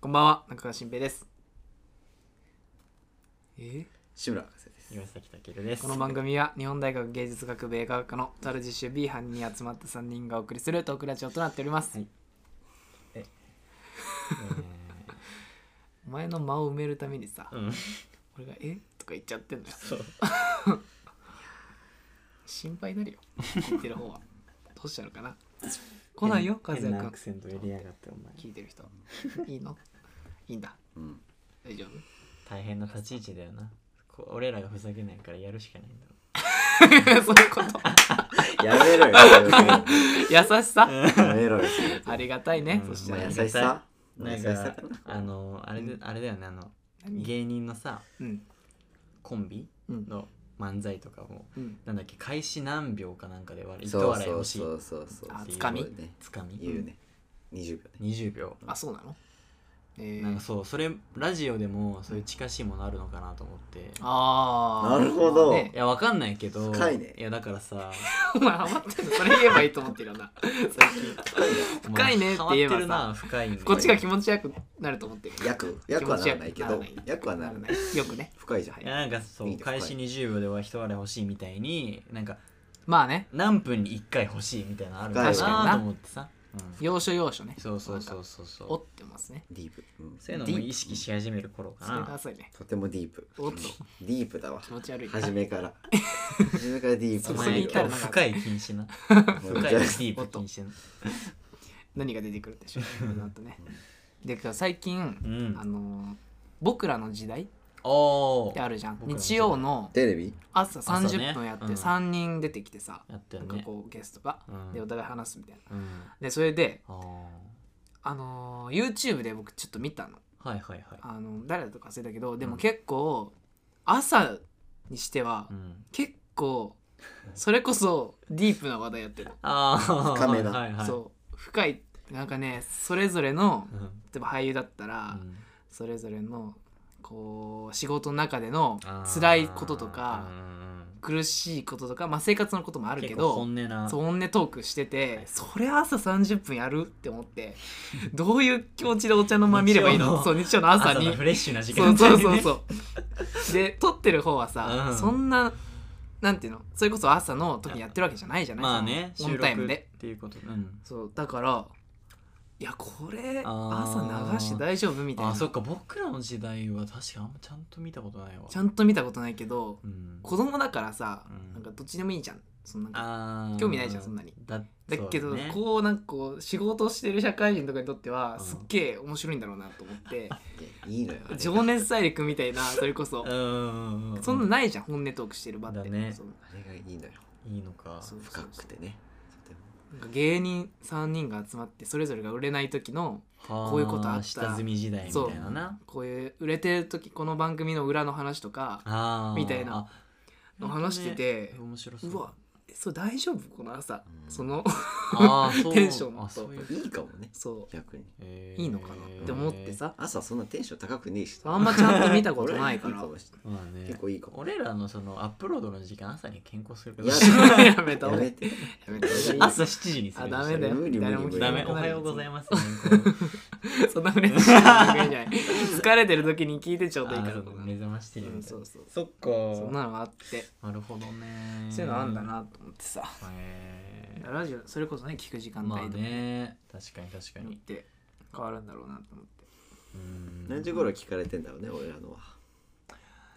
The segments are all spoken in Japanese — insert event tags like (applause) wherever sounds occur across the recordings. こんばんは、中川新平です。え志村先生です岩崎武です。この番組は日本大学芸術学部映画学科のザルジッシュ B 班に集まった3人がお送りするトークラジオとなっております。はいお前の間を埋めるためにさ、えーうん、俺が「えとか言っちゃってんのよ。そう。心配になる (laughs) よ、聞いてる方は。どうしたのかな来ないよ、和変也変なア君ク。セント入れやがって、お前。聞いてる人。いいのいいんだ。うん大丈夫 (laughs) 大変な立ち位置だよな。こう俺らがふざけないからやるしかないんだろそういうこと。やめろよ優しさ。やめろよそれありがたいね。うんそしまたあら優。しさう。なん優しかさかな、あの、あれで、あれだよね、あの、何芸人のさ、うん。コンビうん。の漫才とかも、うん。なんだっけ、開始何秒かなんかで割り、一そう笑いそう欲しいそ。うそうそうあそうつかみねつかみ。言うね20秒ね20秒。あ、そうなのえなんかー、そう、それ、ラジオでも、そういう近しいものあるのかなと思って。あーなるほどまあね (laughs) いや、わかんないけど、深いねや、だからさ、お前ハマってんのそれ言えばいいと思ってるよ (laughs) な最近深いねって言えばさハマってるな、深いね。こっちが気持ちよくなると思ってる役役はならないけ気ど持ちよくならない役はならないよくね深いじゃんいやなんかそういいね開始20秒では一笑い欲しいみたいになんかまあね何分に1回欲しいみたいなのあるの確かかにななと思ってさ、うん要所要所ねそうそうそなんうかそうそう折ってますねディープうんそういうのも意識し始める頃かそれがな浅いねとてもディープおっとディープだわ気持ち悪いな初めから初めからディーそプおこに前至今る日のが深い禁 (laughs) 止なもう深いじゃデあィープ禁止な何が出てくるんでしょうなとねで最近うあんのー僕らの時代っおおてあるじゃん僕らの時日代曜のテレビ朝朝ね30分やってうん3人出てきてさやったなよんかねこうゲストがうんでお互い話すみたいなうんでそれであーあのー YouTube で僕ちょっと見たのはいはいはいあの誰だとか忘れたけどでうもん結構朝にしてはうん結構それこそディープな話題やってる、ああ深めなはいはいそう深いなんかねそれぞれのうん例えば俳優だったうら、んそれぞれのこう仕事の中でのあー辛いこととかうんうん苦しいこととか、まあ、生活のこともあうんるけ結構ど本音なそう本音トークしてて、はいそれ朝30分やるって思ってどういう気持ちでお茶の間見ればいいの日曜のそう日曜の朝朝にのフレッシュな時そ間うそう帯そうねそう。で撮ってる方はさ、うんそんななんていうのそれこそ朝の時にやってるわけじゃない (laughs) じゃないまあね、そのオ収ンタイ録ムっで。ていうこと。うん。そうだからいやこれあー朝流して大丈夫みたいあ、なそっちか、僕らの時代は確かあんまちゃんと見たことないわ。ゃんと見たことないけどうん。子供だからさ、うんなんかどっちでもいいじゃんそのなんかあー興味ないじゃんそんなに。だだけどそうねこうなんかこう仕事してる社会人とかにとってはうんすっげえ面白いんだろうなと思 (laughs) っていやいいのよあれ情熱大陸みたいなそれこそうんうんうん。そんなないじゃん本音トークしてる場ってだねそうあれがいいのよいいのか。そう深くてねとてもなんか芸人3人が集まってそれぞれが売れない時のここういうことあった下積み時代みたいなな。こういう売れてる時この番組の裏の話とかあーみたいな。あ話してて本当ね面白そう。うわえそう大丈夫この朝うんそのあーそうテンションとあそういういいかもねそ逆にえうーいいのかなって思って。さ朝そんなテンション高くねえしあんまちゃんと見たことないから俺いいもしれまあねない結構いいかも俺らのそのアップロードの時間朝に健康するけどいや (laughs) やめたや方がいめいてやめた方がいい (laughs) 朝7時にするあダメだよ無理無理誰も無聞理かダなメくおなはるようございます健康そんなフレッシュな番組じゃない疲れてる時に聞いてちょうどいいあからーそうとだか目覚ましてるうんみたいそなうそうそっそんかなのがあってなるほどねそういうのあんだなと思ってさへーラジオそれこそね聞く時間帯まあとかにね確かに確かよっにて変わるんだろうなと思ってうん何時頃聞かれてんだろうね俺らのは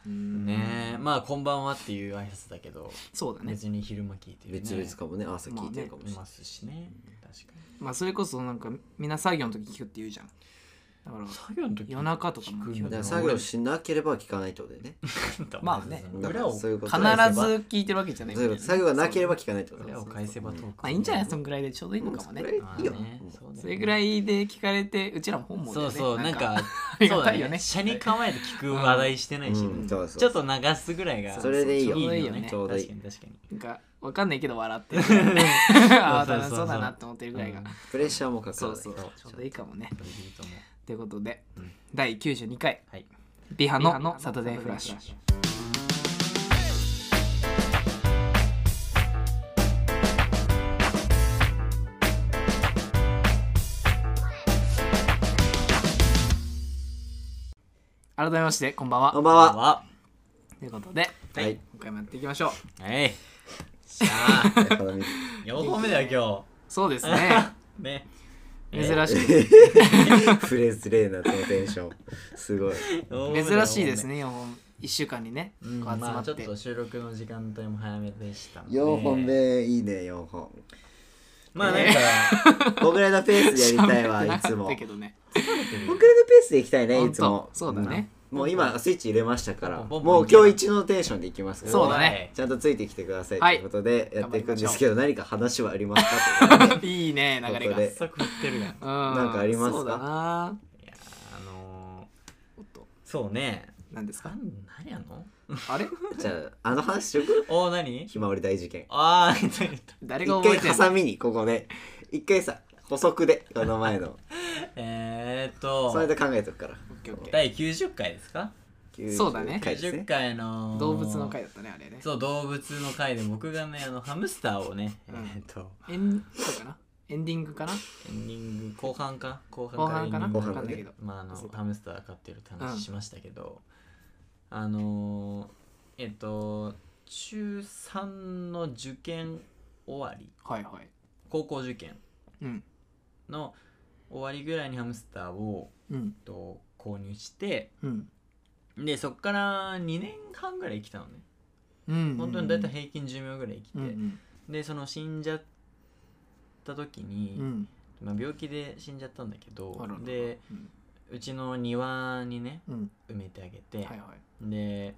うんねえまあこんばんはっていう挨拶だけどそうだね別に昼間聞いてるね別々かもね朝聞いてるかもいしれないますしね確かにまあそれこそなんかみんな作業の時聞くって言うじゃんだから作業の時夜中とかも聞く基ん本だか的らに作業しなければ聞かないってことでねまあね裏をそういうこと必ず聞いてるわけじゃないそういうこと作業がなければ聞かないってこと裏を返せばトークまあいいんじゃないそんぐらいでちょうどいいのかもねうんそれあーいいよそうだよねそれぐらいで聞かれてうちらも本望だそようねそうなんかりそがうただいよねね車に構えて聞く話題してないしうねんそうそうちょっと流すぐらいがそれでいいよちょうどいいよちねょうどいい確かに確かなにんかわかんないけど笑ってる (laughs) ああそうそうそ楽しうそうだなって思ってるぐらいがうんプレッシャーもかかそるうそうちょうどいいかもねそれでいいと思うということでうん第92回はいビハのサタデーフラッシュ改めましてこんばんはこんばんは。はということでははいい。今回もやっていきましょうはいさあやっぱり4本目だよそうですね今日ね (laughs) 珍えしいフレスレーなこのテンション。すごい。ー四本目だよ珍しいですね4本1週 (laughs) 間にねこううん集ままあっちょってと収録の時間帯も早めでしたので4本目、いいね、4本。まあなんか (laughs) こんぐらいのペースでやりたい (laughs) わ、喋ってないかつっも。こたんけどねぐらいのペースでいきたいね、ほいんつとも。そうだねうん。もう今、スイッチ入れましたから、ポンポンポンもう今日一のテンションでいきますからそうだねちゃんとついてきてくださいとはいいうことで、やっていくんですけど、何か話はあります (laughs) かということ (laughs) でいいね流れがここで早速振ってるやんいなんかありますかそうだなやーあのおっとーそうね何ですか何何や (laughs) のあれ (laughs) じゃあ、あの話しとくおお何ひまわり大事件。ああ言った言った誰が一覚え回てんハサのミに、ここで。一回さ、補足で、この (laughs) 前の。えー、っそれとで考えとくから。オッケーオッケ第90回ですかそうだね90回です90回のー動物の回だったねあれねそう動物の回で僕がねあのハムスターをね、うんえーっとエンそうかなエンディングかなエンディング後半か後半後半かな後わ半かだねんないけどまあ、あのそうだハムスター飼ってるって話しましたけど、あのーえっと中3の受験終わりはいはい高校受験うんの終わりぐらいにハムスターを、うんえっと、購入してうんでそっから2年半ぐらい生きたのねうん本当にだいたい平均寿命ぐらい生きて、うんでその死んじゃった時に、うんまあ、病気で死んじゃったんだけどあらららでうんうちの庭にねうん埋めてあげて、はいはいで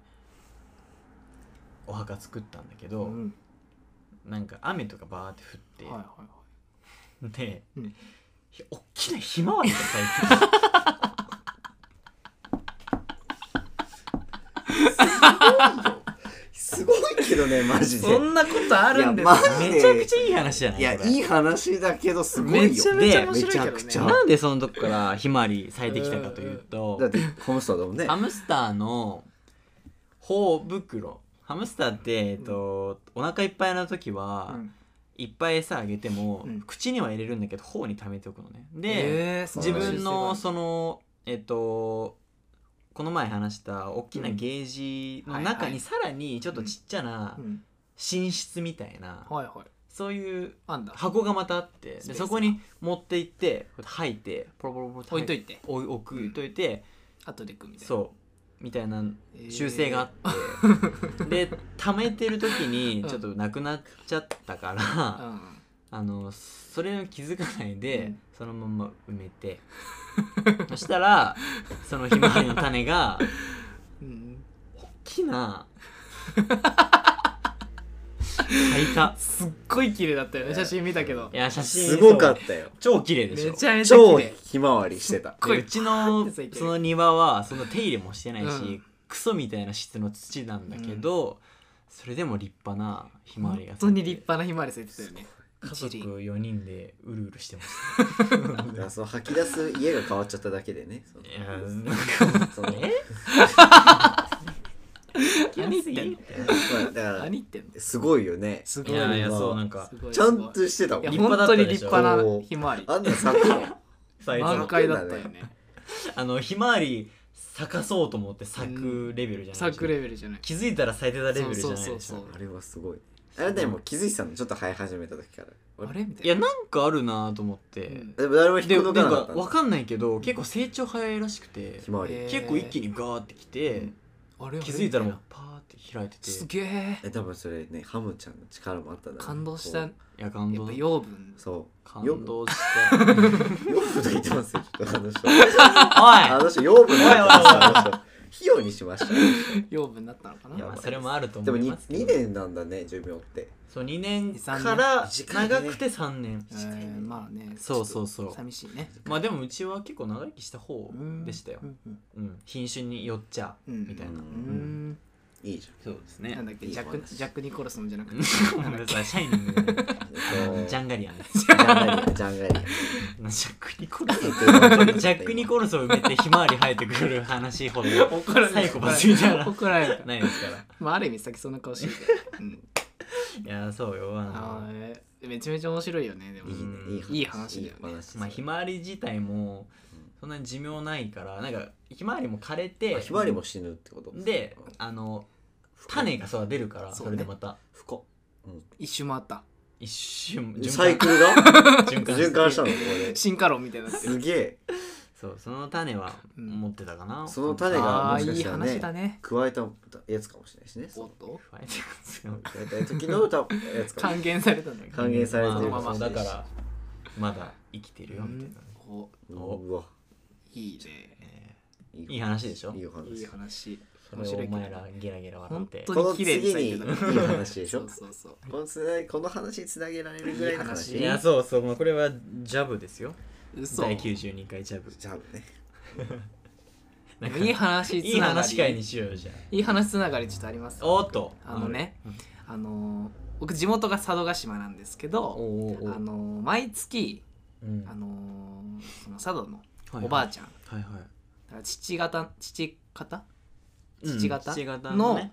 お墓作ったんだけど、うんなんか雨とかバーってはい降っはいはいて、で、うんひおっきなひまわりが咲いてすごいけどね、マジ (laughs) で。そんなことあるんですいやまあかマジるでめちゃくちゃいい話じゃないいや、これいい話だけど、すごいよ。めちゃめちゃで面白いけどねめちゃくちゃ。なんでそのとこからひまわり咲いてきたかというとだって、ハムスターだもん (laughs) ねハ。ムスターの頬袋ハムスターって、えっと、お腹いっぱいの時は、うんいっぱい餌あげても、うん口には入れるんだけど頬に溜めておくのねで、えーそう素晴自らしい分の世そのえっとこの前話した大きなゲージの中うんはいはいにさらにちょっとちっちゃな界うん寝室みたいな、はいはいそういうあんだ箱がまたあってスペースがでそこに持って行ってこうやって吐いてポロポロポロ置いといて置い置くといて、後で行くみたいなそうみたいなえー習性があって、で溜めてる時にちょっとなくなっちゃったから、うんあのそれを気づかないで、うんそのまま埋 (laughs) めてそしたらそのひまわりの種がうん大きな咲いたすっごい綺麗だったよね写真見たけどいや写真すごかっそうたよ。超綺麗でしめょちゃめちゃ超綺麗ひまわりしてた。ごいうちの咲いてるその庭はそんな手入れもしてないし、うんクソみたいな質の土なんだけど、それでも立派なひまわりが本当に立派なひまわり咲いてたよね家族4人でうるうるしてましだからその吐き出す家が変わっちゃっただけでね。そのたい (laughs) やなんかそのえ何言ってんのまあだから何、言ってんのすごいよね。すごいいやいやまあそうなんかすごいちゃんとしてたもいやん。立本派だ当っにたで立しょ派なひまわりあんな咲くの最初満の開だったよねあのひまわり咲かそうと思って咲くレベルじゃない咲くレベルじゃない気づいたら咲いてたレベルじゃなそういでしょそうそうあれはすごい。あれだよ、もう気づいてたの、ちょっと生え始めた時から。あれみたいいなやなんかあるなと思って、うんでも誰も引っでこな抜んかかなかったわの。かんないけど結構成長早いらしくてひまわり。えー結構一気にガーってきて、あれ気づいたらもうパーって開いててすげええ多分それねハムちゃんの力もあったんだろうね感動したやこっいや感動ぱ養分うそ感動したう養分と言ってますよきっとあの人 (laughs) (laughs) あおいの人養分だったんですよあの人費用にしましたね養分になったのかないやまあそれもあるとで思もい 2, ますけど2年なんだね寿命ってそう2年三年から短いね長くて3年えーまあねそうそうそう寂しいねまあでもうちは結構長生きした方でしたよう、んうんうん、品種によっちゃうんみたいな、ううーんいいじそうですなねんだっけいいジャック話ジャック・ニコルソンじゃなくてなんださシャイニングじゃないあゃんえのっとジャンガリアンですジャンガリアジャンジガリャック・ニコルソえっとンジャック・ニコルソン埋めてひまわり生えてくる話ほどサイコパスみた (laughs) いな怒られるからないですからまあある意味先そんな顔してるけどうんいやそうよ (laughs) あのあーえーめちゃめちゃ面白いよねでもアいいねいい話いい話だよねいい話まあひまわり自体もうんそそんなに寿命ないからなんかひまわりも枯れてあひまわりも死ぬってことであの種がそう出るからそそうねれでまた不幸一周回った一瞬サイクルが循環循環したののこれ進化論みたいになってるすげえそうその種はうん持ってたかな、その種があもあしかいいしたらね話だね加えたやつかもしれないしねおっとファイティング加えた時の歌やつかも還元されたんだけど還元されてるまあまあかもしれなだいしからまだ生きてるよみたいな、おおうわいいねえいいい話でしょいいいい話話ーそれをお前らゲラゲラ笑っ本て当こにの綺麗に次にい咲いいてたから話でしそょうそうそうこのつなこの話につなげられるぐらいの話いいいやじそうそうもうこれはジャブですよ嘘第92回ジャブゃあねなんかいい話ついいなが話会にりしようよじゃいい話つながりちょっとありますあおっとあのねあのー僕地元が佐渡島なんですけおどおあのー毎月うんあのーその佐渡のおばあはちゃんだかいはいら父方父方うん父方父方ののね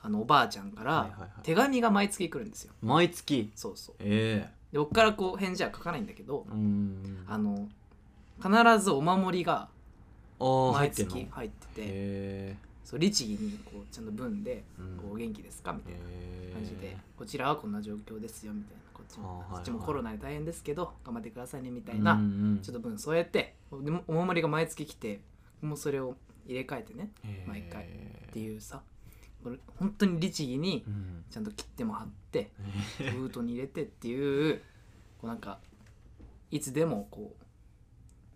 あのおばあちゃんかはいはいらはい手紙が毎月来るんですよ毎月そうそうえで僕からこう返事は書かないんだけどえうんあの必ずお守りがああ入毎ってんの月へ入っててえそう律儀にこうちゃんと文でうんこう「お元気ですか?」みたいへなえ感じで「こちらはこんな状況ですよ」みたいなこっちあーはもいはいこっちもコロナで大変ですけど頑張ってくださいねみたいうんなうんちょっと文添えてでもお守りが毎月来てもうそれを入れ替えてね毎回ってういうさこれ本当に律儀に (laughs) んちゃんと切っても貼ってへえ封筒に入れてっていうこうなんかいつでもこ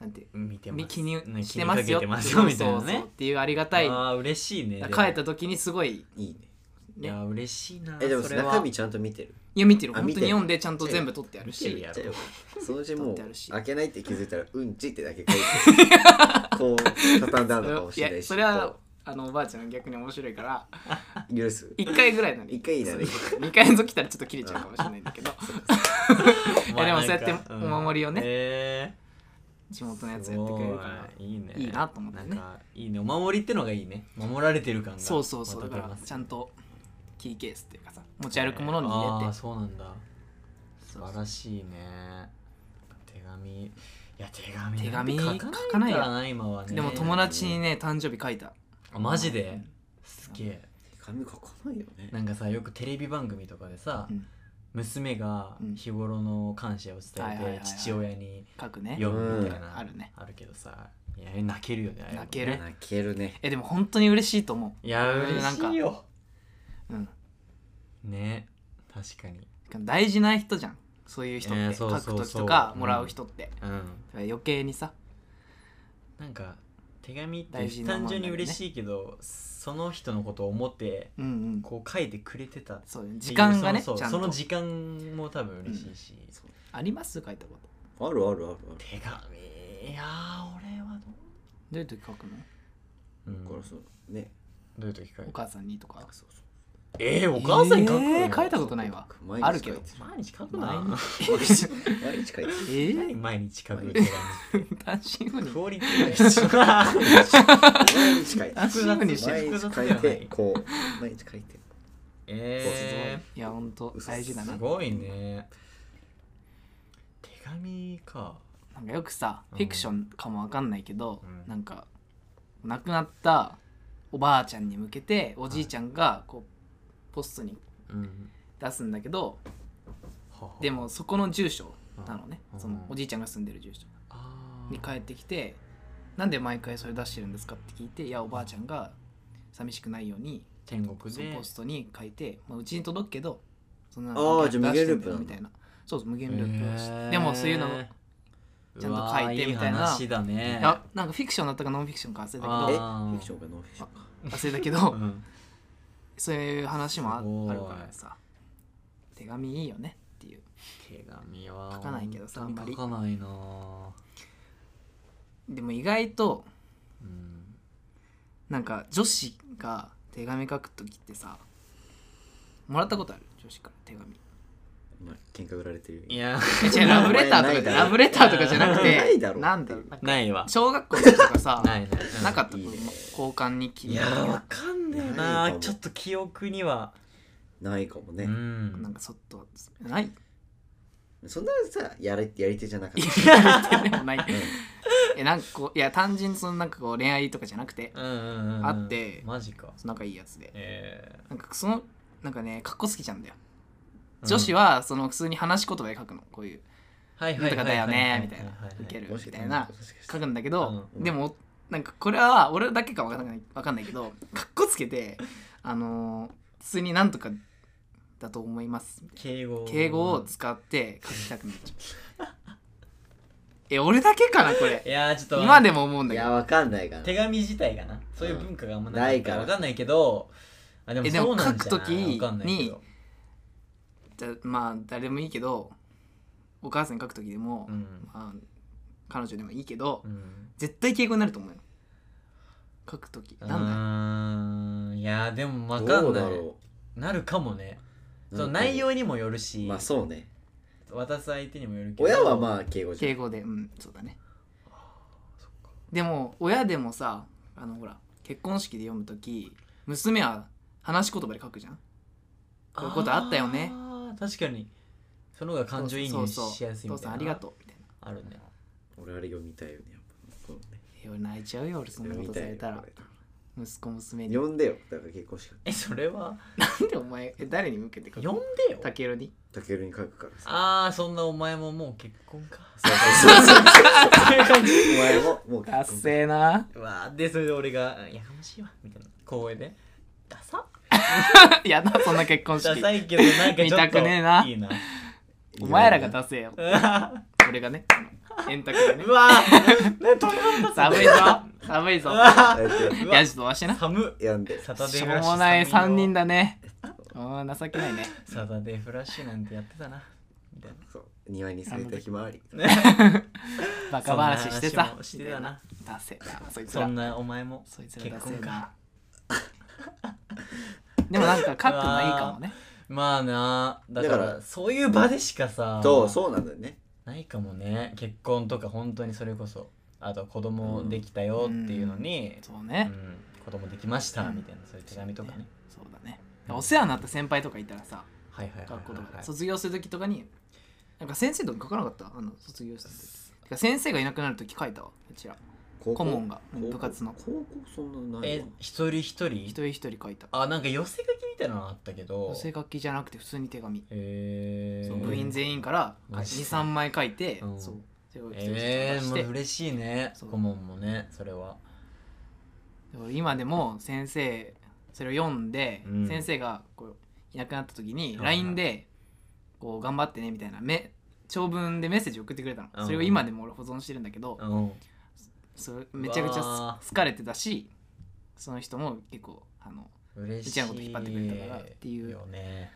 うなんて見てます気にねしてますよ気にかけてますよみたいそうなそうそうっねていうありがあたいあー嬉しいねでも帰った時にすごいいいねいねや嬉しいなえでもそれは中身ちゃんと見てるいや見てるあ本当見てにる読んでちゃんと全部取ってやる嬉しいしやじゃあろよ (laughs) そのうち取もっうてあるし開けないって気づいたら「うんち」ってだけ書いてこう畳んだのかもしれないしそれはこあのおばあちゃんが逆に面白いからう許す1回ぐらいなら一回いいならいい2回連続来たらちょっと切れちゃうかもしれないんだけどまいやあでもなんかそうやってお守りをねえ地元ーのやつやってくれるからすごいいいねいいなと思ってねなんかいいねお守りってのがいいね守られてる感がそうそうそうまだかた出まらすちゃんとキーケースっていうかさ持ち歩くものに入あれーてそうなんだ素そう晴らしいね手紙いや手紙手紙なんて書かないからな今はねでも友達にね誕生日書いたあマジですげえ紙書かないよねなんかさよくテレビ番組とかでさ、うん娘が日頃の感謝を伝はいはいはいえはいて父親に書くね読むみたいな、うんあるねあるけどさいや泣けるよねああいうのね泣ける泣けるねえでも本当に嬉しいと思いやうん嬉しいよううんね確かに大事な人じゃんそういう人って、えーそうそう書く時とそうかうんもらう人って、うんだから余計にさなんか手紙っ大事てなもん単だよ純ねに嬉しいけどその人のことを思ってうんうんこう書いてくれてたっていうそうね時間がねそのちそゃうんとその時間も多分嬉しいし、そうあります書いたことあるあるあるある手紙いやー俺はどどういう時書くのう、だからそのねどういう時書いお母さんにとかそうそうえー、お母さんに書くの、えー書いたことないわ毎日あるけど書いて毎日書く毎な日毎日書いてるえー、毎日書く手紙単身赴任クオリティが一緒 (laughs) 毎日書いてる単身赴任してる毎日書いてこう毎日書いてえいやほんと嘘大事 (laughs) だー、なすごいね手紙かなんかよくさうんフィクションかもわかんないけど、うんなんか亡くなったおばあちゃんに向けておじいちゃんがこうポストにうん出すんだけどははでもそこの住所うんなのねうんそのおじいちゃんが住んでる住所あに帰ってきて「なんで毎回それ出してるんですか?」って聞いて「いやおばあちゃんが寂しくないように天国そのでポストに書いて、まあ、うちに届くけどそんなあーじゃあ出してん無限ループだよなんみだたいなそうそう無限ループをして、でもそういうのもいちゃんと書いてみたいなうわーいい話だねやなんかフィクションだったかノンフィクションか忘れたえけフどあーィクションかノンフィクションか忘れたけど (laughs) うんそういう話もあすごいあるからさ手紙いいよねっていう手紙は書かないけどさ本当に書かないなぁでも意外とうんなんか女子が手紙書く時ってさもらったことある女子から手紙まあ喧嘩売られてるいや違うラブレターとかじゃないだろラブレターとかじゃなくてないだろなんだろうなんかないわ小学校の時とかさないないなかったいいね交換日記いみたやいーわなかんねえないなかもちょっと記憶にはないかもうねんなんかそっとないそんなさやれやり手じゃなかったでもないえなんかこういや単純にそのなんかこう恋愛とかじゃなくてうんうんうんうんあってマジか仲いいやつでえなんかそのなんかねかっこつけちゃうんだよー女子はその普通に話し言葉で書くのこういうはいなはんいとかはだいはよいはいねはいみたいな受けるもみしかたいな書しくんだけど、うんでもなんかこれは俺だけか分かんないわかんないけどかっこつけてあのー普通になんとかだと思います敬語敬語を使って書きたくなっちゃうえ俺だけかなこいれやーちょっと今でも思うんいだけやどわかんないかな手紙自体がなそういう文化があんまなないいかかららわかんないけどあでもえでもそうなんじゃ書くな時にいわかんないけどじゃまあ誰でもいいけどお母さんに書く時でも、うんまあ、彼女でもいいけど、うん絶対敬語になると思うよ書く時うなんだーんいやーでもわかどんうないだろなるかもねうその内容にもよるしまあそうね渡す相手にもよるけど親はまあ敬語じゃ敬ん語でうんそうだねでも親でもさあのほら結婚式で読む時娘は話し言葉で書くじゃんこういうことあったよねあー確かにその方が感情移そ入うそうしやすいみ父たさいなんありがとうみたいなあるね俺あれ読みたいよねやっぱこうねえ俺泣いちゃうよ俺そんな読ことみたさいれよたらこれ息子娘に読んでよだから結婚しかえそれはなんでお前え誰に向けて書読んくでよたけるにたけるに書くからさああそんなお前ももう結婚かそうそうそう (laughs) お前ももう達成なうわーでそれで俺が「うんやかましいわ」みたいな公園で「ダサ (laughs) やだそんな結婚ダ式サいけどなんかちょっと見たくねえないいな (laughs) お前らが達成ようわ俺がね円卓でね (laughs) ーうわーね飛び込んだ寒いぞ寒いぞうわやってやーっういわやちょっとわしてなー寒てやんでいサタデしょーうフラッシュもない3人だだ (laughs) ねうん情けないねサタデーフラッシュなんてやってたなみたいなそう庭に咲いたひまわりバカ話してそんなさ話もしてたな出せたそいつそらんなお前もそいつ結ら出せ婚たかでもなん (laughs) か書くのいいかもねまあなだからだからそういう場でしかさそうそうなんだよねないかもね結婚とか本当にそれこそあと子供できたよっていうのに、そううんね子供できましたうんみたいな、そういう手紙とかねそうだねお世話になった先輩とかいたらさはいはいはい学校とかはいで卒業する時とかになんか先生とか書かなかったあの卒業した時てか先生がいなくなる時書いたわうちら顧顧問が部活の高校そんなないえわ一人一一人人一人書いたあなんか寄せ書きみたいなのあったけど寄せ書きじゃなくて普通に手紙えー、そう部員全員からマジで23枚書いてうんそうそれを一人一人え出ー、しもてう嬉しいねそう顧問もねそれはだから今でも先生それを読んで、うん先生がこういなくなった時にはいはい LINE でこう頑張ってねみたいなめ長文でメッセージ送ってくれたの、うんそれを今でも俺保存してるんだけど、うんそれめちゃくちうわゃす好かれてたしその人も結構あの嬉しいうちらのこと引っ張ってくれたからっていうよね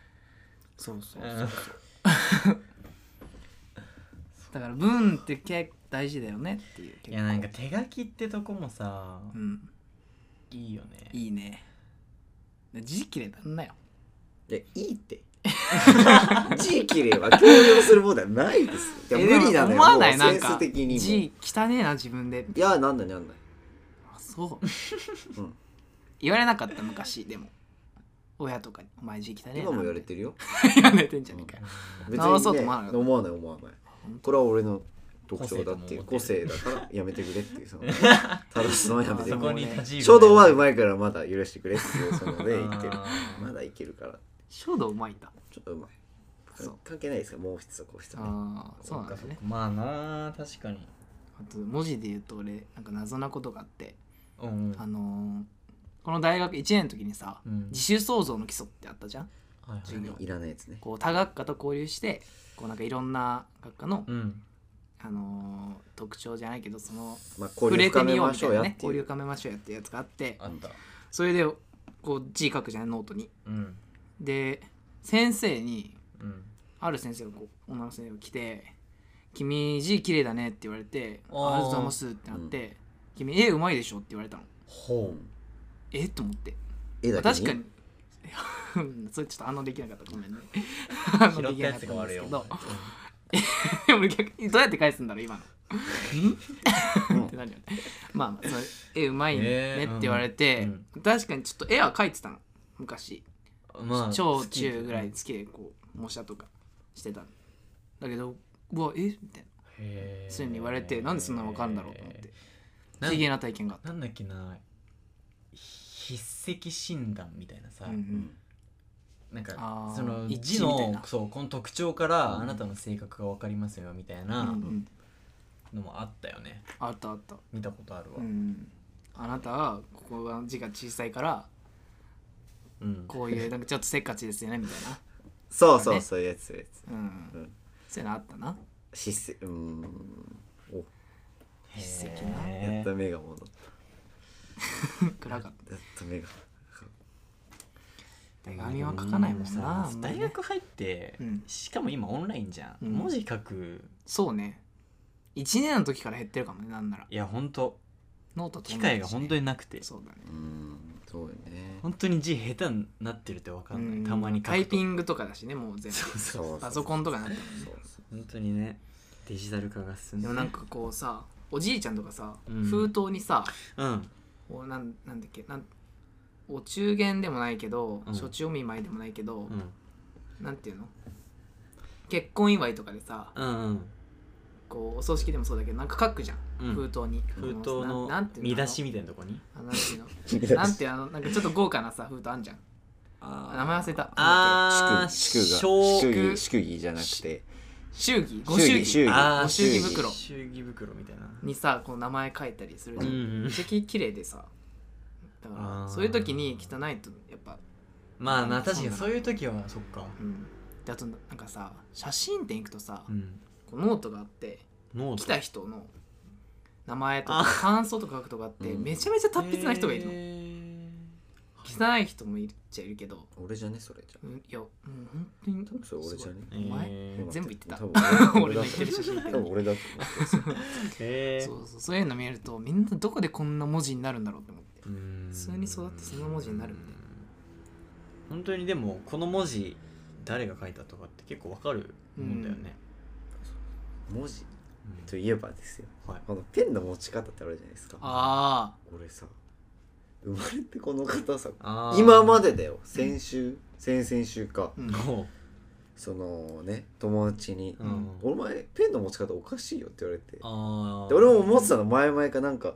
そうそううんだから文って結構大事だよねっていういやなんか手書きってとこもさ、うんいいよねいいねで字切れなんなよでいいって (laughs) 字切れば強要するもんではないですよいやえ無理なのでよも思わないもうなセんンスか的にも字汚ねえな自分でいやなんだなんだあそうう、ん言われなかった昔でも親とかに「お前字汚ねえな」今も言われてるよ言われてんじゃねえかよ別直そにうとね思わない思わない思わないこれは俺の特徴だっていう個個性性だからやめてくれっていう (laughs) その正すのはやめてでそくもこれに立ち入る書道はうまいからまだ許してくれっていう (laughs) そので言ってるあーまだいけるから書道うまいんだちょっとうまいそう関係ないですよ毛筆と硬筆とねああそうなんだそっかそっねかまあなあ確かにあと文字で言うと俺なんか謎なことがあってうんうんあのーこの大学1年の時にさ、うん自主創造の基礎ってあったじゃんはいはい授業いらないやつねこう他学科と交流してこうなんかいろんな学科の、うんあのー特徴じゃないけどそのまあ交触流れて深みめようまみしたょいうなやねってい交流う深めましょうやってやつがあってあったそれでこう字書くじゃんノートにうんで先生にうんある先生がこう女の先生が来て「君字綺麗だね」って言われて「あーありがとうございます」ってなって「君絵うまいでしょ」って言われたのほえっと思って絵だけ確かに (laughs) それちょっと反応できなかったごめんねう拾ったやつが悪いよ反応 (laughs) できなかったんですけどでも逆にどうやって返すんだろう今のう (laughs) んってなるよねまあまあそれ絵うまいねって言われえてーうん、確かにちょっと絵は描いてたの昔まあ小中ぐらい好好きでこう模写とかしてたんだけどうわえみたいなへーそういうの言われてなんでそんなの分かるんだろうと思って不思議な体験があっなんだっけな筆跡診断みたいなさ、た、うんうん、なんあかーその一致字みたいのなそうこの特徴からうんあなたの性格が分かりますよみたいうんう、なんのもあったよねあったあった見たことあるわう、ん、あなたはここが字が小さいからうんこういうなんかちょっとせっかちですよねみたいそうそうそういうやつそういうやつな、うんうんそういうのあったな失うーんお筆跡なへーやっと目が戻った暗かっやっと目がた手紙は書かないもんなあさんまりね大学入って、うんしかも今オンラインじゃうん、ん文字書くそうね1年の時から減ってるかもねなんならいやほんとノートと機会が同じ本当になくてそうだねうーんそうよね本当に字下手になってるって分かんない、うんたまに書くとタイピングとかだしねもう全そう部そうパソコンとかになってそうそう本当にねデジタル化が進んででもなんかこうさおじいちゃんとかさ、うん封筒にさうんおなんなんだっけなんお中元でもないけど、うん初中お見舞いでもないけど、うんなんていうの結婚祝いとかでさうんうんこうお葬式でもそうだけどなんか書くじゃん、うん封筒に封筒このなんていう見出のしみたいなとこにあのなんていうの見出しなんていうのなんかちょっと豪華なさ封筒あんじゃんあー名前忘れたあー祝祝が小祝儀祝儀じゃなくて祝儀ご祝祝儀儀あーご祝儀袋祝儀袋みたいなにさこう名前書いたりするうじゃん、んめっちゃ綺麗でさだかあーらそういう時に汚いとやっぱまあな確かにそういう時はそっかうんであとなんかさ写真展行くとさ、うんこうノートがあってノー来トた人の名前とか感想とか書くとかあってうんめちゃめちゃ達筆な人がいるの、へ汚い人もいっちゃいるけど、俺じゃねそれじゃうん、いやもう本当にそれ俺じゃねすーごいお前、へ多分ー全部言ってた多分俺だの言ってる写真多分俺だとへーそうそうそういうの見るとみんなどこでこんな文字になるんだろうって思って普通に育ってその文字になるみたいな本当にでもこの文字誰が書いたとかって結構わかるもんだよね、思う文字うんといえばですよはいこのペンの持ち方ってあるじゃないですかあ俺さ生まれてこの方さあー今までだよ先週先々週かあ、うん、おうそのね友達にうんうん「お前ペンの持ち方おかしいよ」って言われてあーで俺も思ってたの前々かなんか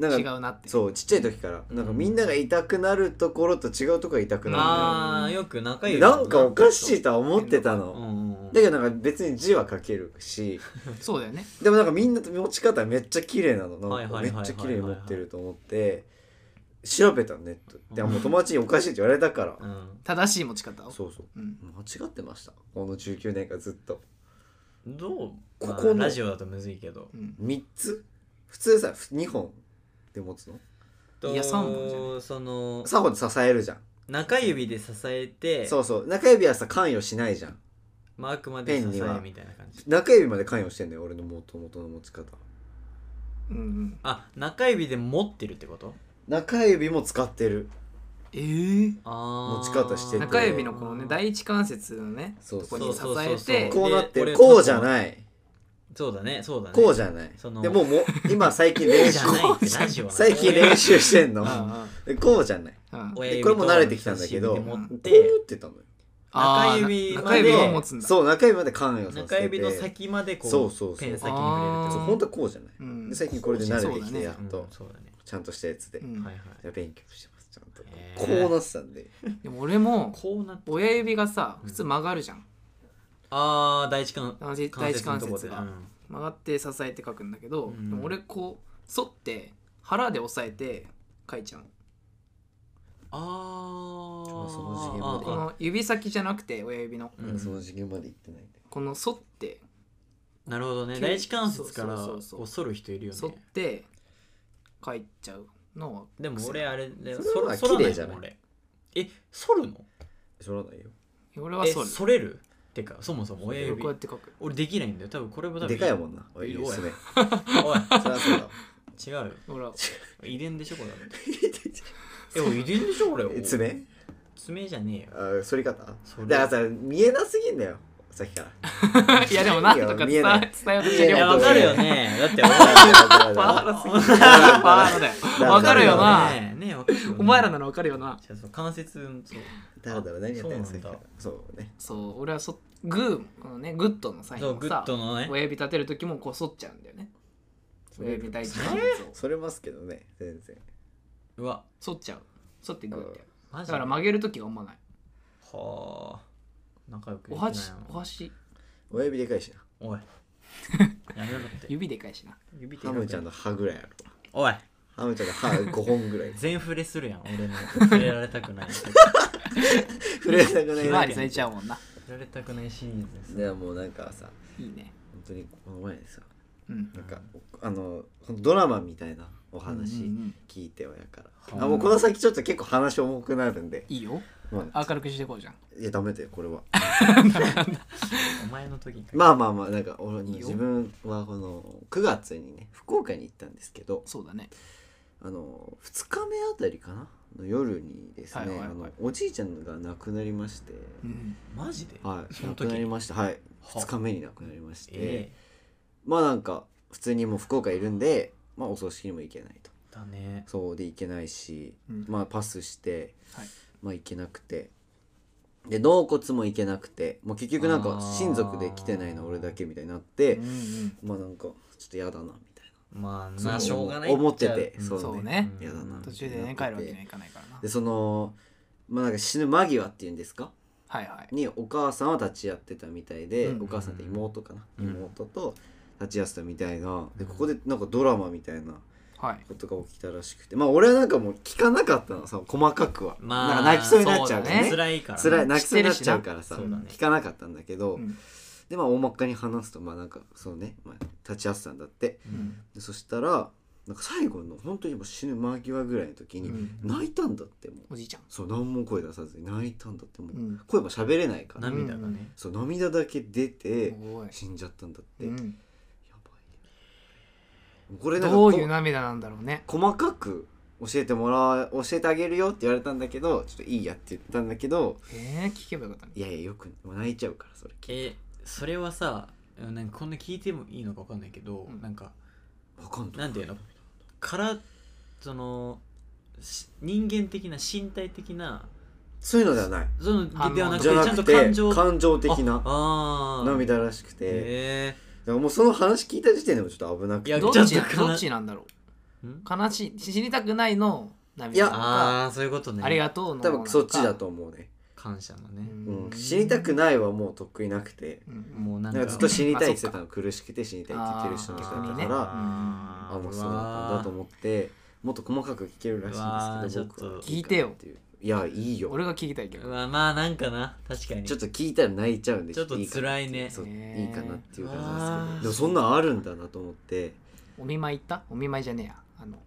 な違んかうなってそうちっちゃい時からなんかうんみんなが痛くなるところと違うところが痛くなあーよく仲良るんいだよでなんかおかしいととは思ってたうのんうんうんだけどなんか別に字は書けるしそうだよねでもなんかみんなと持ち方めっちゃ綺麗なのはいなはんかいはいめはいっちゃ綺麗に持ってると思って調べたのネットででうんもう友達におかしいって言われたからうん正しい持ち方をそうそううん、間違ってましたこの19年間ずっとどうこここのこ、まあラジオだとむずいけどうん、 3つ普通さ2本で持つのいや三本じゃなその3本で支えるじゃん中指で支えてそうそう中指はさ関与しないじゃんまああくまで支えペンにはるみたいな感じ中指まで関与してんのよ俺の元々の持ち方うんうんあ中指で持ってるってこと中指も使ってるえー、あー持ち方してて中指のこのね第一関節のねそうとこそうに支そうそうえそうてそうこうなってでる俺こうじゃないそうだねそうだねこうじゃないそのでもうもう今最近練じ習ゃないってラジオなんだ最近練習してんうのんうんでこうじゃないうん親指これも慣れてきたんだけど人差し指で持っこうやてってたのよあー中指ま中で指を持つんだそう中指まで関与させてて中指の先までこうそうそうそうペン先に触れるってそうこ本当はこうじゃない、うんで最近これで慣れてきそうだてねやっとと、うんそうだねちゃんとしたやつで、うんはいはいじゃあ勉強してますちゃんとへこーうなってたんででも俺もこうなって親指がさ普通曲がるじゃんあー第一関第一第一関節が関曲がって支えて書くんだけど、うんでも俺こう反って腹で押さえて書いちゃうのああょっとその次元までこあの指先じゃなくて親指のうんその次元まで行ってないんでこの反ってなるほどね急に第一関節からそうそこうそうそうう反る人いるよ反っねて書いちゃうのはでも俺あれでそれは反ら綺麗じゃない俺え反るのそらないよ俺はえ反る反れるってかそもそも親俺指こうやって書く俺できないんだよ多分これも多分でかいもんなおいいるおい娘おいそりゃそうだ違うよ俺 (laughs) は遺伝でしょこれえ俺遺伝でしょこれえ爪爪じゃねえよあ反り方それだからさ見えなすぎんだよさっきからいやでもなんとか見伝えないえ伝えようとし見てえいるないよやわかるよねだって (laughs) だからだからだパワかハラすぎるパワハラだよわかるよなねえねえわかるよねお前らならわかるよなじゃあその関節うんそうだらだら何やってんのそうなんだそうねそう俺はそグーのねグッドのサインそうをグさッドのね親指立てる時もこう反っちゃうんだよねそ親れ指第一関節をそれますけどね全然うわ反っちゃう反ってグーってやるマだジから曲げる時は思わないはあ仲良くでおきないはしなお箸親指でかいしなおいやめ (laughs) ろって指でかいしな指でハかくムちゃんの歯ぐらいあるおいハムちゃんの歯5本ぐらい全振れするやん俺の触れられたくない触触れたくないひまなわり咲いちゃうもんなれられたくないシリーズですでもなんかさいいね本当にこの前さうんなんかあのほんとドラマみたいなおうんうんう話ん聞いて親かうら、んあもうこの先ちょっと結構話重くなるんで、いいよまあ、明るくしていこうじゃんいやダメだよこれはお前の時にまあまあまあなんか俺いいよ自分はこの9月にね福岡に行ったんですけどそうだねあの2日目あたりかなの夜にですはね、いはいはいあのおじいちゃんが亡くなりまして、うんマジではいその亡時くなりましたはいは2日目に亡くなりまして、えまあなんか普通にもう福岡いるんで、まあ、お葬式にも行けないとえだねそうで行けないし、うんまあパスして、はいまあ行けなくてで納骨も行けなくてもう結局なんあかー親族で来てないの俺だけみたいになっうて、んうんまあなんかちょっと嫌だなみたいまあそうなしょうがない思っててじゃあそんそうね嫌だな途中でね帰るわけにはいかないからななでそのまあなんか死ぬ間際っていうんですかはいはいにお母さんは立ち会ってたみたいで、うんお母さんって妹かな、うん妹と立ち会ってたみたいなでここでなんかドラマみたいなはいことが起きたらしくてまあ俺はなんかもう聞かなかったのさ細かくは、まあなんか泣きそうになっちゃそうからうだねね辛いからね辛い泣きそうになっちゃうからさ、知ってるしなそうだね聞かなかったんだけど、うんでまあ大まかに話すとまあなんかそうね、まあ、立ち会ってたんだってうんでそしたらなんか最後の本当にもう死ぬ間際ぐらいの時に、うん泣いたんだってもうおじいちゃんそう何も声出さずに泣いたんだってもう、うん声も喋れないから、涙がねそう涙だけ出ておい死んじゃったんだって、うやばいんねこれなんかどこういう涙なんだろうね細かく教えてもらう教えてあげるよって言われたんだけどちょっといいやって言ったんだけどえー、聞けばよかったねいやいやよくもう泣いちゃうからそれえそれはさうんなんかこんな聞いてもいいのかわかんないけど、うんなんかわかんないなんていうのからそのし人間的な身体的なそういうのではないその反応でではなくてじちゃなゃんとく感て情感情的なああー涙らしくてえだからもうその話聞いた時点でもちょっと危なくいやてどっちょっちとな悲どっちなんだろーんう悲しい死にたくないの涙なのかああそういうことねありがとうの多分そっちだと思うね感謝のね、うん死にたくないはもう得意なくてうんもうなんなんかかずっと死にたいって言ってたの苦しくて死にたいって言ってる人死だにったたい逆からにねあーあもうそうだったんだと思ってもっと細かく聞けるらしいんですけどうわー僕はちょっと聞いてよいやいいよ俺が聞きたいけうどわまあなんかな確かにちょっと聞いたら泣いちゃうんでちょっといかな辛いねそうねいいかなっていう感じなんですけうわーどでもそんなんあるんだなと思ってお見舞い行ったお見舞いじゃねえやあの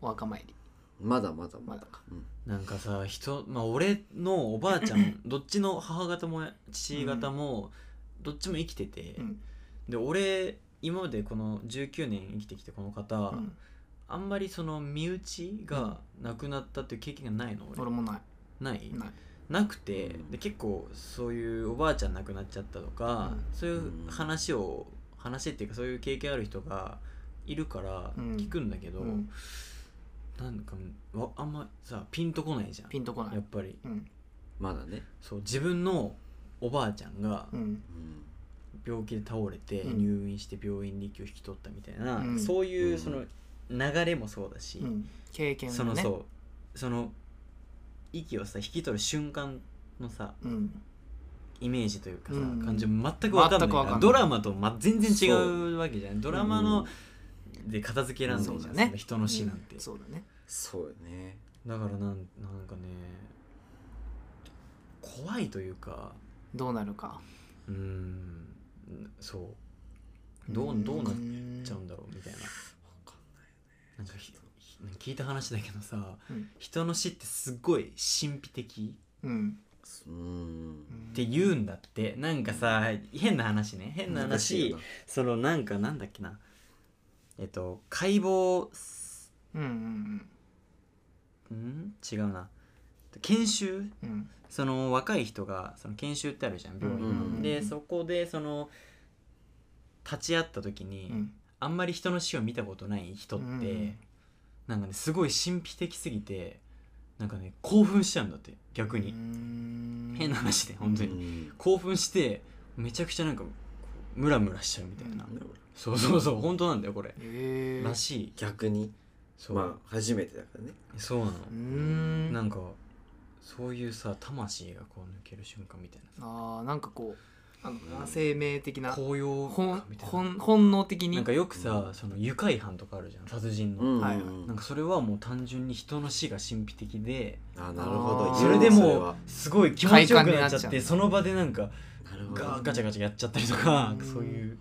お墓参りまだまだままだだかうんなんかさ人、まあ、俺のおばあちゃんどっちの母方も父方も、どっちも生きてて、うんで俺今までこの19年生きてきてこの方、うんあんまりその身内が亡くなったっていう経験がないの俺俺もないないないなくて、うんで結構そういうおばあちゃん亡くなっちゃったとか、うそういう話を話っていうかそういう経験ある人がいるからうん聞くんだけど、うんなんかわあんまさピンとこないじゃんピンとこなやっいぱりうんまだねそう自分のおばあちゃんがうんうん病気で倒れてうん入院して病院に息を引き取ったみたいな、うんそういううんその流れもそうだし、うん経験そののねそうその息をさ引き取る瞬間のさうんイメージというかさ、うん感じも全く分かんない全くわかんないドラマと、ま、全然違うわけじゃんドラマの、で片付けらんないじそゃ、うんだねその人の死なんて、うんそうだねそうよねだからなんなんかね怖いというかどうなるかうーんそうどうどうなっちゃうんだろうみたいななんかひひ聞いた話だけどさ、うん人の死ってすっごい神秘的うんうんって言うんだってなんかさ変な話ね変な難し話いよなそのなんかなんだっけなえっと解剖すうんうんん違うな研修うんうんその若い人がその研修ってあるじゃん病院の、うんうんうんでそこでその立ち会った時に、うんあんまり人の死を見たことない人って、うんなんかねすごい神秘的すぎてなんかね興奮しちゃうんだって逆うに、ん変な話で本当に、うん興奮してめちゃくちゃなんかこうムラムラしちゃうみたいな、そうそうそう本当なんだよこれ、へえらしい逆にそう、まあ初めてだからねそうなの、うーんなんかそういうさ魂がこう抜ける瞬間みたいあーなんかこうあのうん生命的なな高揚ほん感みたいほん本能的なになんかよくさ、うんその愉快犯とかあるじゃん殺人の、はいなんかかそれはもう単純に人の死が神秘的であなるあほどーそれでれもはうすごい気持ち快よくなっちゃ感になっっちてゃうその場でなんかなるほどだガかーガチャガチャやっちゃったりとかうんそういう、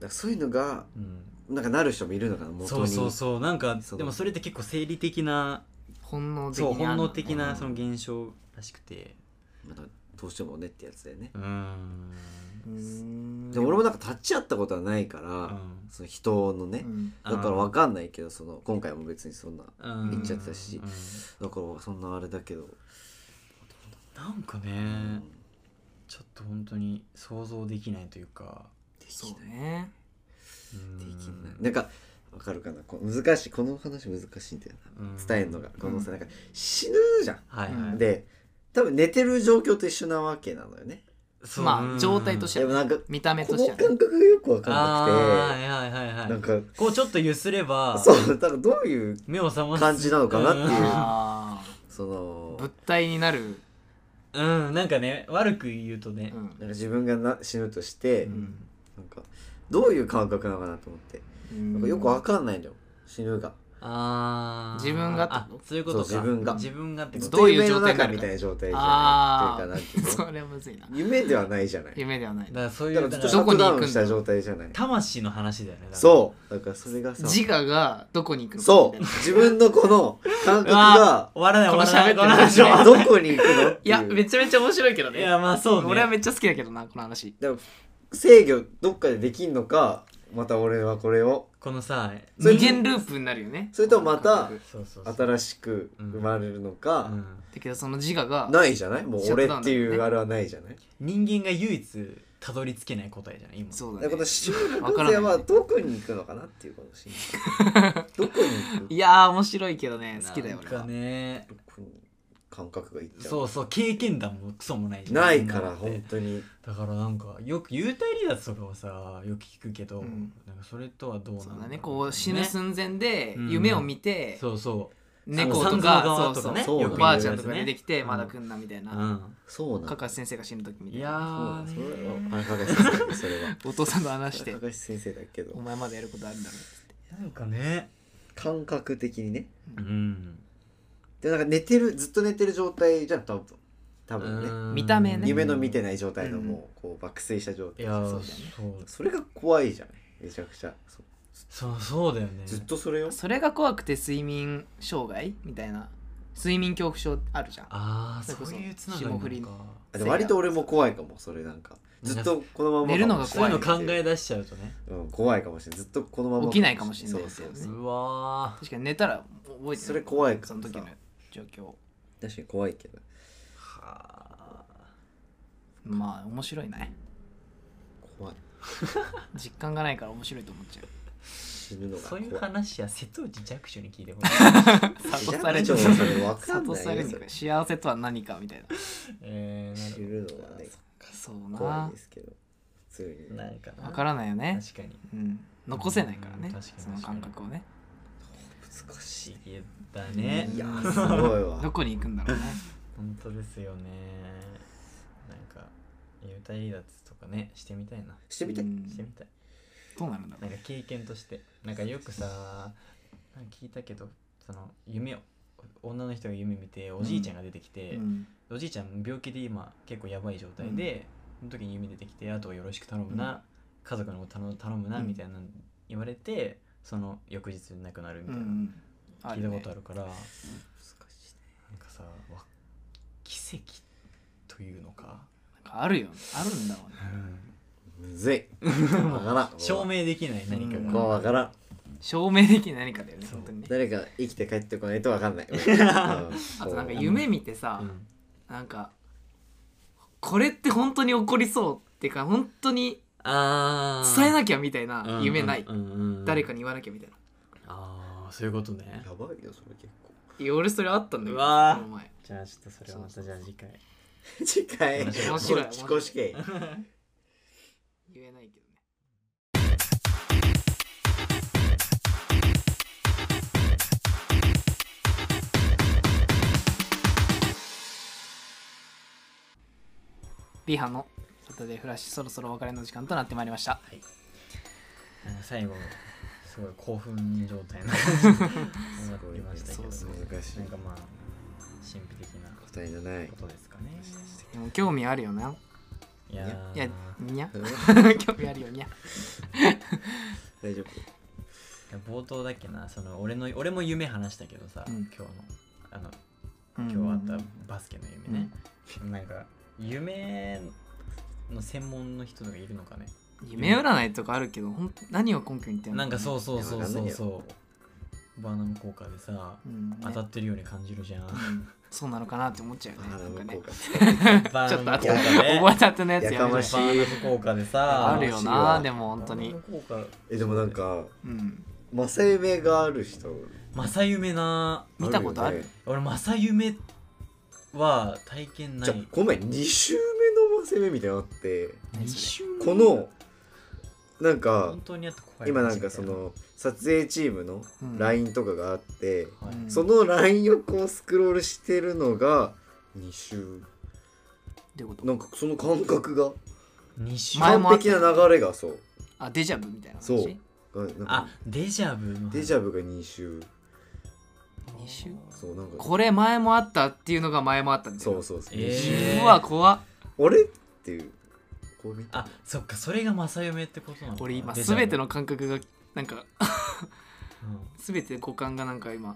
らそういうのがうん、なんかなる人もいるのかな元にそうそうそうなんかそのでもそれって結構生理的な本能的にそう本能な的うなんその現象らしくてまたどうしてもねってやつだよねうーんでも俺もなんか立ち会ったことはないかうらんその人のねうんだからわかんないけどその今回も別にそんなうん言っちゃってたしうんだからそんなあれだけどなんかうねんちょっと本当に想像できないというかできそうないねうんできないなんかわかるかなこう難しいこの話難しいんだようんな伝えるのがこのさなんか死ぬじゃんはいはいで多分寝てる状況と一緒なわけなのよねそうまあうん状態としてでもなんかこ見た目とのしては感ね覚がよくわあかんなーはいはいはいはくてないんかこうちょっとゆすればそうだからどういう目を覚ます感じなのかなっていうあそーの物体になるうんうんなんかね悪く言うとねうんなんか自分がな死ぬとして、うんなんかどういう感覚なのかなと思ってなんかよくわかんないんだよ死ぬがあー自分がってあことそういうことかそう自分が自分がってことどういう状態夢のになる中かみたいな状態じあゃあないっていうかな (laughs) んていうのそれはむずいな夢ではないじゃない夢ではないだからそういだかうらずっとだシかャどらッこに行くんトダだウンした状態じゃない魂の話だよねそうだからそれがさ自我がどこに行くのかそうみたいな自分のこの感う覚わがー終わらないこの終わらない喋ってるこーの話はどこに行くのっていういやめちゃめちゃ面白いけどいねやまあそうね俺はめっちゃ好きだけどなこの話でも制御どっかでできんのかまた俺はこれをこのさそれ無限ループになるよねそれともまた感覚そうそうそう新しく生まれるのか、うんだけどその自我がないじゃないもうシャッ俺トダウっンてだよねいうあれはないじゃない人間が唯一たどり着けない答えじゃない今そうだだからこのね修わ学からな生いはどこに行くのかなっていうこの心理どこに行くいやー面白いけどね好きだよなん俺かはねどこに感覚がいっちゃうそうそう経験談もクソもないじゃんないかそんならのっ本て当にだからなんかよく幽体離脱とかはさよく聞くけど、うんなんかそれとはどうなんそだろうだうねこう死ぬ寸前でうん夢を見てそうそ猫三と蔵か川そとうかそうねよく言うやつねおばあちゃんとか出てきてうん、まだ来んなみたいうう、なんそうなのかかし先生が死ぬ時みたいいやなそうなーのねそれはあかかし先生それはお父さんと話 (laughs) (laughs) してかかし先生だけおど前まだやることあるんだろなんかね感覚的にねうんでなんか寝てるずっと寝てる状態じゃん多分多分ねうん見た目ね夢の見てない状態のうんもうこう爆睡した状い態やーそそうだうよねそれが怖いじゃないめちゃくちゃそうそうそうだよねずっとそれよそれが怖くて睡眠障害みたいな睡眠恐怖症あるじゃんああそれこそそういうつながりな霜の降りかのあでも割と俺も怖いかもそれなんかずっとこのまま寝るのがそう怖いうのかも考しれなえ出しちゃうとねうん、怖いかもしれないずっとこのまま起きないかもしれないそうそうですそようねうわ確かに寝たら覚えてないそれ怖いからその時の状況確かに怖いけどーはまあ面白いね怖い実感がないから面白いと思っちゃう死ぬのーがそう怖いいう話や瀬戸内弱所に聞いてほ (laughs) しい、サボされてちょるっとそれ分かサんボなさいれよてそる幸せとは何かみたいなえれー、な死るぬのはねそう怖いなですけど普通ほどになんかなわからないよね、確かにうん、残せないからうねん確かにその感覚をね難不し思議だねいいやうんすごいわどこに行くんだろうね本当ですよねなんか幽体離脱とかねしてみたいなしてみてうんしてみたいどうなるんだろなんか経験としてなんかよくさなんか聞いたけどその夢を女の人が夢見ておじいちゃんが出てきう、て、うんおじいちゃん病気で今結構やばい状態で、その時に夢出てきてあとはよろしく頼むな、うん家族のこと頼む頼むな、うんみたいなの言われてその翌日亡くなるみうたいな、ん、聞いたことあるるから、難しいねなんかさわ奇跡というのか、ねなんかあるよあるんだろうねむ (laughs) ずいわからん証明できない何かうこんこはが、わからん証明できない何かだよねそう本当にね誰か生きて帰ってこないとわかんないうんあとなんか夢見てさ、うんなんかこれって本当に起こりそうっていうか本当にあー伝えなきゃみたいな夢ない、うんうんうん誰かに言わなきゃみたいなあーそういうことねやばいよそれ結構いや俺それあったんだけうどわこーの前じゃあちょっとそれはまたじゃあ次回次回 (laughs) 面白いこっちこしけ言えないけどねビハのサタデーフラッシュそろそろお別れの時間となってまいりましたなんか最後すごい興奮状態な思ってましたけど、そうそう難しいなんかまあ神秘的な答えじゃないことですかねでも興味あるよないやーいやにゃ (laughs) 興味あるよにゃ (laughs) 大丈夫冒頭だっけなその俺の俺も夢話したけどさ、うん今日のあの今日あったバスケの夢ね、なんか夢の専門の人がいるのかね夢占いとかあるけどほんと何を根拠に言ってんの、なんかそううそうそういやわかんそなういよそうバーナム効果でさ、うんね当たってるように感じるじゃんそうなのかなって思っちゃうよねああなんか向ねこうかバちーょっとナム後で効果ね覚えたてのやつやめろやよかましいバーナム効果でさあるよ楽しいなわでも本当にバーナム効果えでもなんかうん正夢がある人正夢な見たことあるよね俺正夢は体験なじゃあいごめん2週目の正夢みたいなのあって何それこのなんか本当にやった怖い今なんかその撮影チームのうん LINE とかがあって、はいうんその LINE をこうスクロールしてるのが2週どういうことなんかその感覚が二週前完もあった璧な流れがそうあデジャブみたいな話そうがなんあかデジャブのデジャブが2週二週そうなんかこれ前もあったっていうのが前もあったんですそようそうそう、え二ーうわ怖っ週あれっていうこう見たあそっかそれが正夢ってことなのかな俺今デジャブ全ての感覚がなんかうん全て五感がなんか今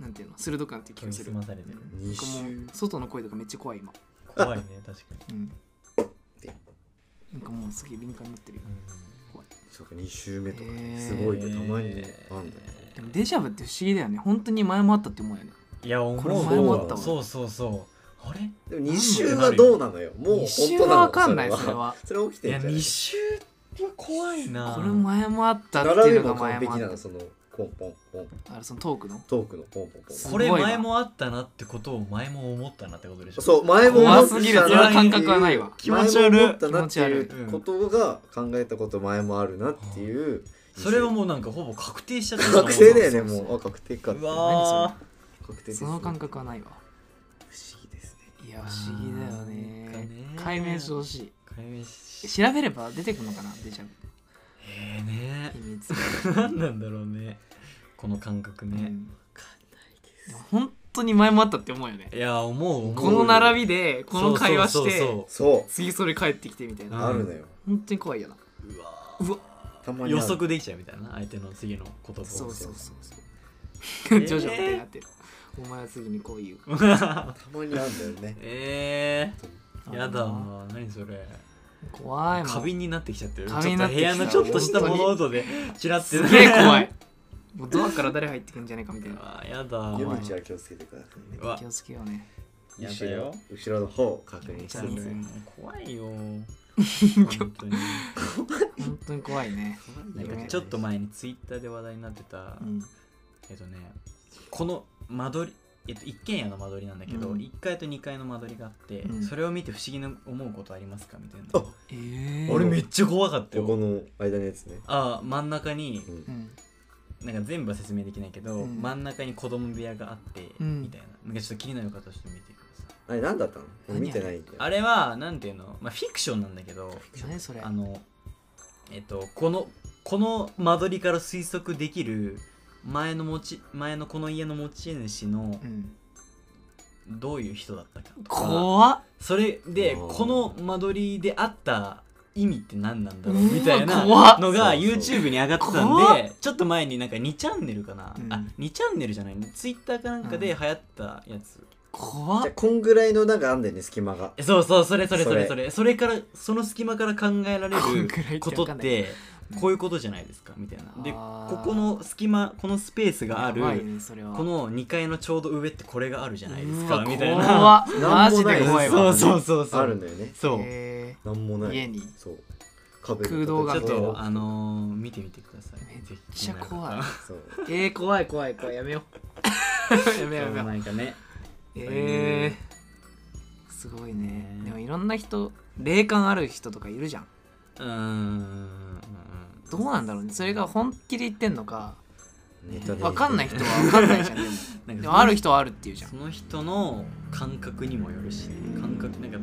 なんていうの鋭くなってる気研がぎする澄まされて (laughs) るうん2週もう外の声とかめっちゃ怖い今怖いね確かにうんなんかもうすげえ敏感になってるよそうか2週目とかへーねすごいよたまにねあんだよでもデジャブって不思議だよね本当に前もあったって思うよねいや思これ前もあったうわそうそうそうあれでも2週はどうなのよもう一周本当なのはわかんないそれはそれ起きいてやんじゃない2週は怖いなこれ前もあったって並いべうのもが完前璧もあなっのそのポンポンポンたあれそのトークのトークのポンポンポンすこれ前もあったなってことを前も思ったなってことでしょそう前も怖すぎる思そっのたな感覚はないわ気持ち悪い前も思ったな気持っていち悪いうことが考えたこと前もあるなっていうそれはもうなんかほぼ確定しちゃった確定だよねそうそうそうもうあ確定かってうわ確定ですそねの感不覚はないわ思議ですねいや不思議だよなんかねね解明してほしー解明いし調べれば出てくるのかなデジャブえーね秘密何なんだろうねこの感覚うね、んでも本当に前もあったって思うよねいや思う思うこの並びでこの会話しそうそうてそ次それ帰ってきてみたいうなうんあるのよ本当に怖いよなそうそうううわわたまにある予測できちゃうみたいな相手の次の言葉をそうそうそうえそうージョジョみたいになってるお前は次にこう言うたまにあるんだよね (laughs) えー、やだあのわ何それー怖いもん花瓶になってきちゃってるちょっ花と瓶になってきた部屋のちょっとした物音でチラッてすげえ (laughs) 怖い (laughs) もうドアから誰入ってくんじゃねえかみたいなあやだ夜道は気をつけてくださいねうわ気をつけようねや後だよろ後ろの方を確認しやだつよつ怖いよ本当に本当に怖いねなんかちょっと前にツイッターで話題になってた、うんえっとねこの間取りえっと、一軒家の間取りなんだけど、うん1階と2階の間取りがあって、うんそれを見て不思議な思うことありますかみたいなあえー俺めっちゃ怖かったここよの間のやつねあ真ん中にうんうんなんか全部は説明できないけど、うん真ん中に子供部屋があって、うんみたいななんかちょっと気になる方はちょっと見てくださいあれ何だったの俺見てないんだよあれはなんていうの、まあ、フィクションなんだけど何それあのえっとこのこの間取りから推測できる前の持ち前のこの家の持ち主のうんどういう人だったかとか怖っそれでおーこの間取りであった意味って何なんだろううわみたいな怖っのがそうそう YouTube に上がってたん怖でちょっと前になんか2チャンネルかな、うんあ2チャンネルじゃないね Twitter かなんかで流行ったやつ、怖じゃっあこんぐらいのなんかあんだよね隙間がえそうそうそれそれそそれれそれそれからその隙間から考えられこんるぐらいってことわかっんないてこういうことじゃないですかみたいなであこーこの隙間このスペースがあるやばいねそれはこの2階のちょうど上ってこれがあるじゃないですかうわみたい怖なっなマんもジないで怖いわそうそうそうそうあるんだよねそうへなんもないー家にそう壁空洞がちょっ見えとるあのー見てみてくださいめっぜひちゃ怖いそうえー、怖い怖い怖いやめよ (laughs) うやめようやめようなんかねえー、すごいねねでもいろんな人霊感ある人とかいるじゃんうーんどうなんだろうねそれが本気で言ってんのかネタで分かんない人は分かんないじゃんでも (laughs) なんかでもある人はあるっていうじゃんその人の感覚にもよるし感覚なんか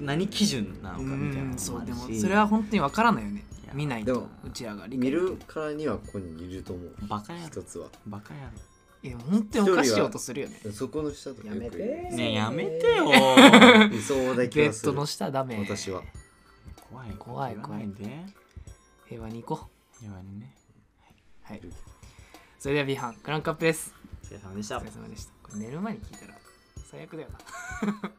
何基準なのかうみたいなのもあんるしそうでもそれは本当に分からないよねいや見ないでともうちらが理見解るからにはここにいると思うバカやろ一つはいバカやいや本当におかしい音するよねそこの下とかやめてろねえやめてよいそうだ気ベがすッドるの下ダメ私は怖い怖い言わなで平和に行こう言われねはいそれでは B 班クランクアップですお疲れ様でしたお疲れ様でしたこれ寝る前に聞いたら最悪だよな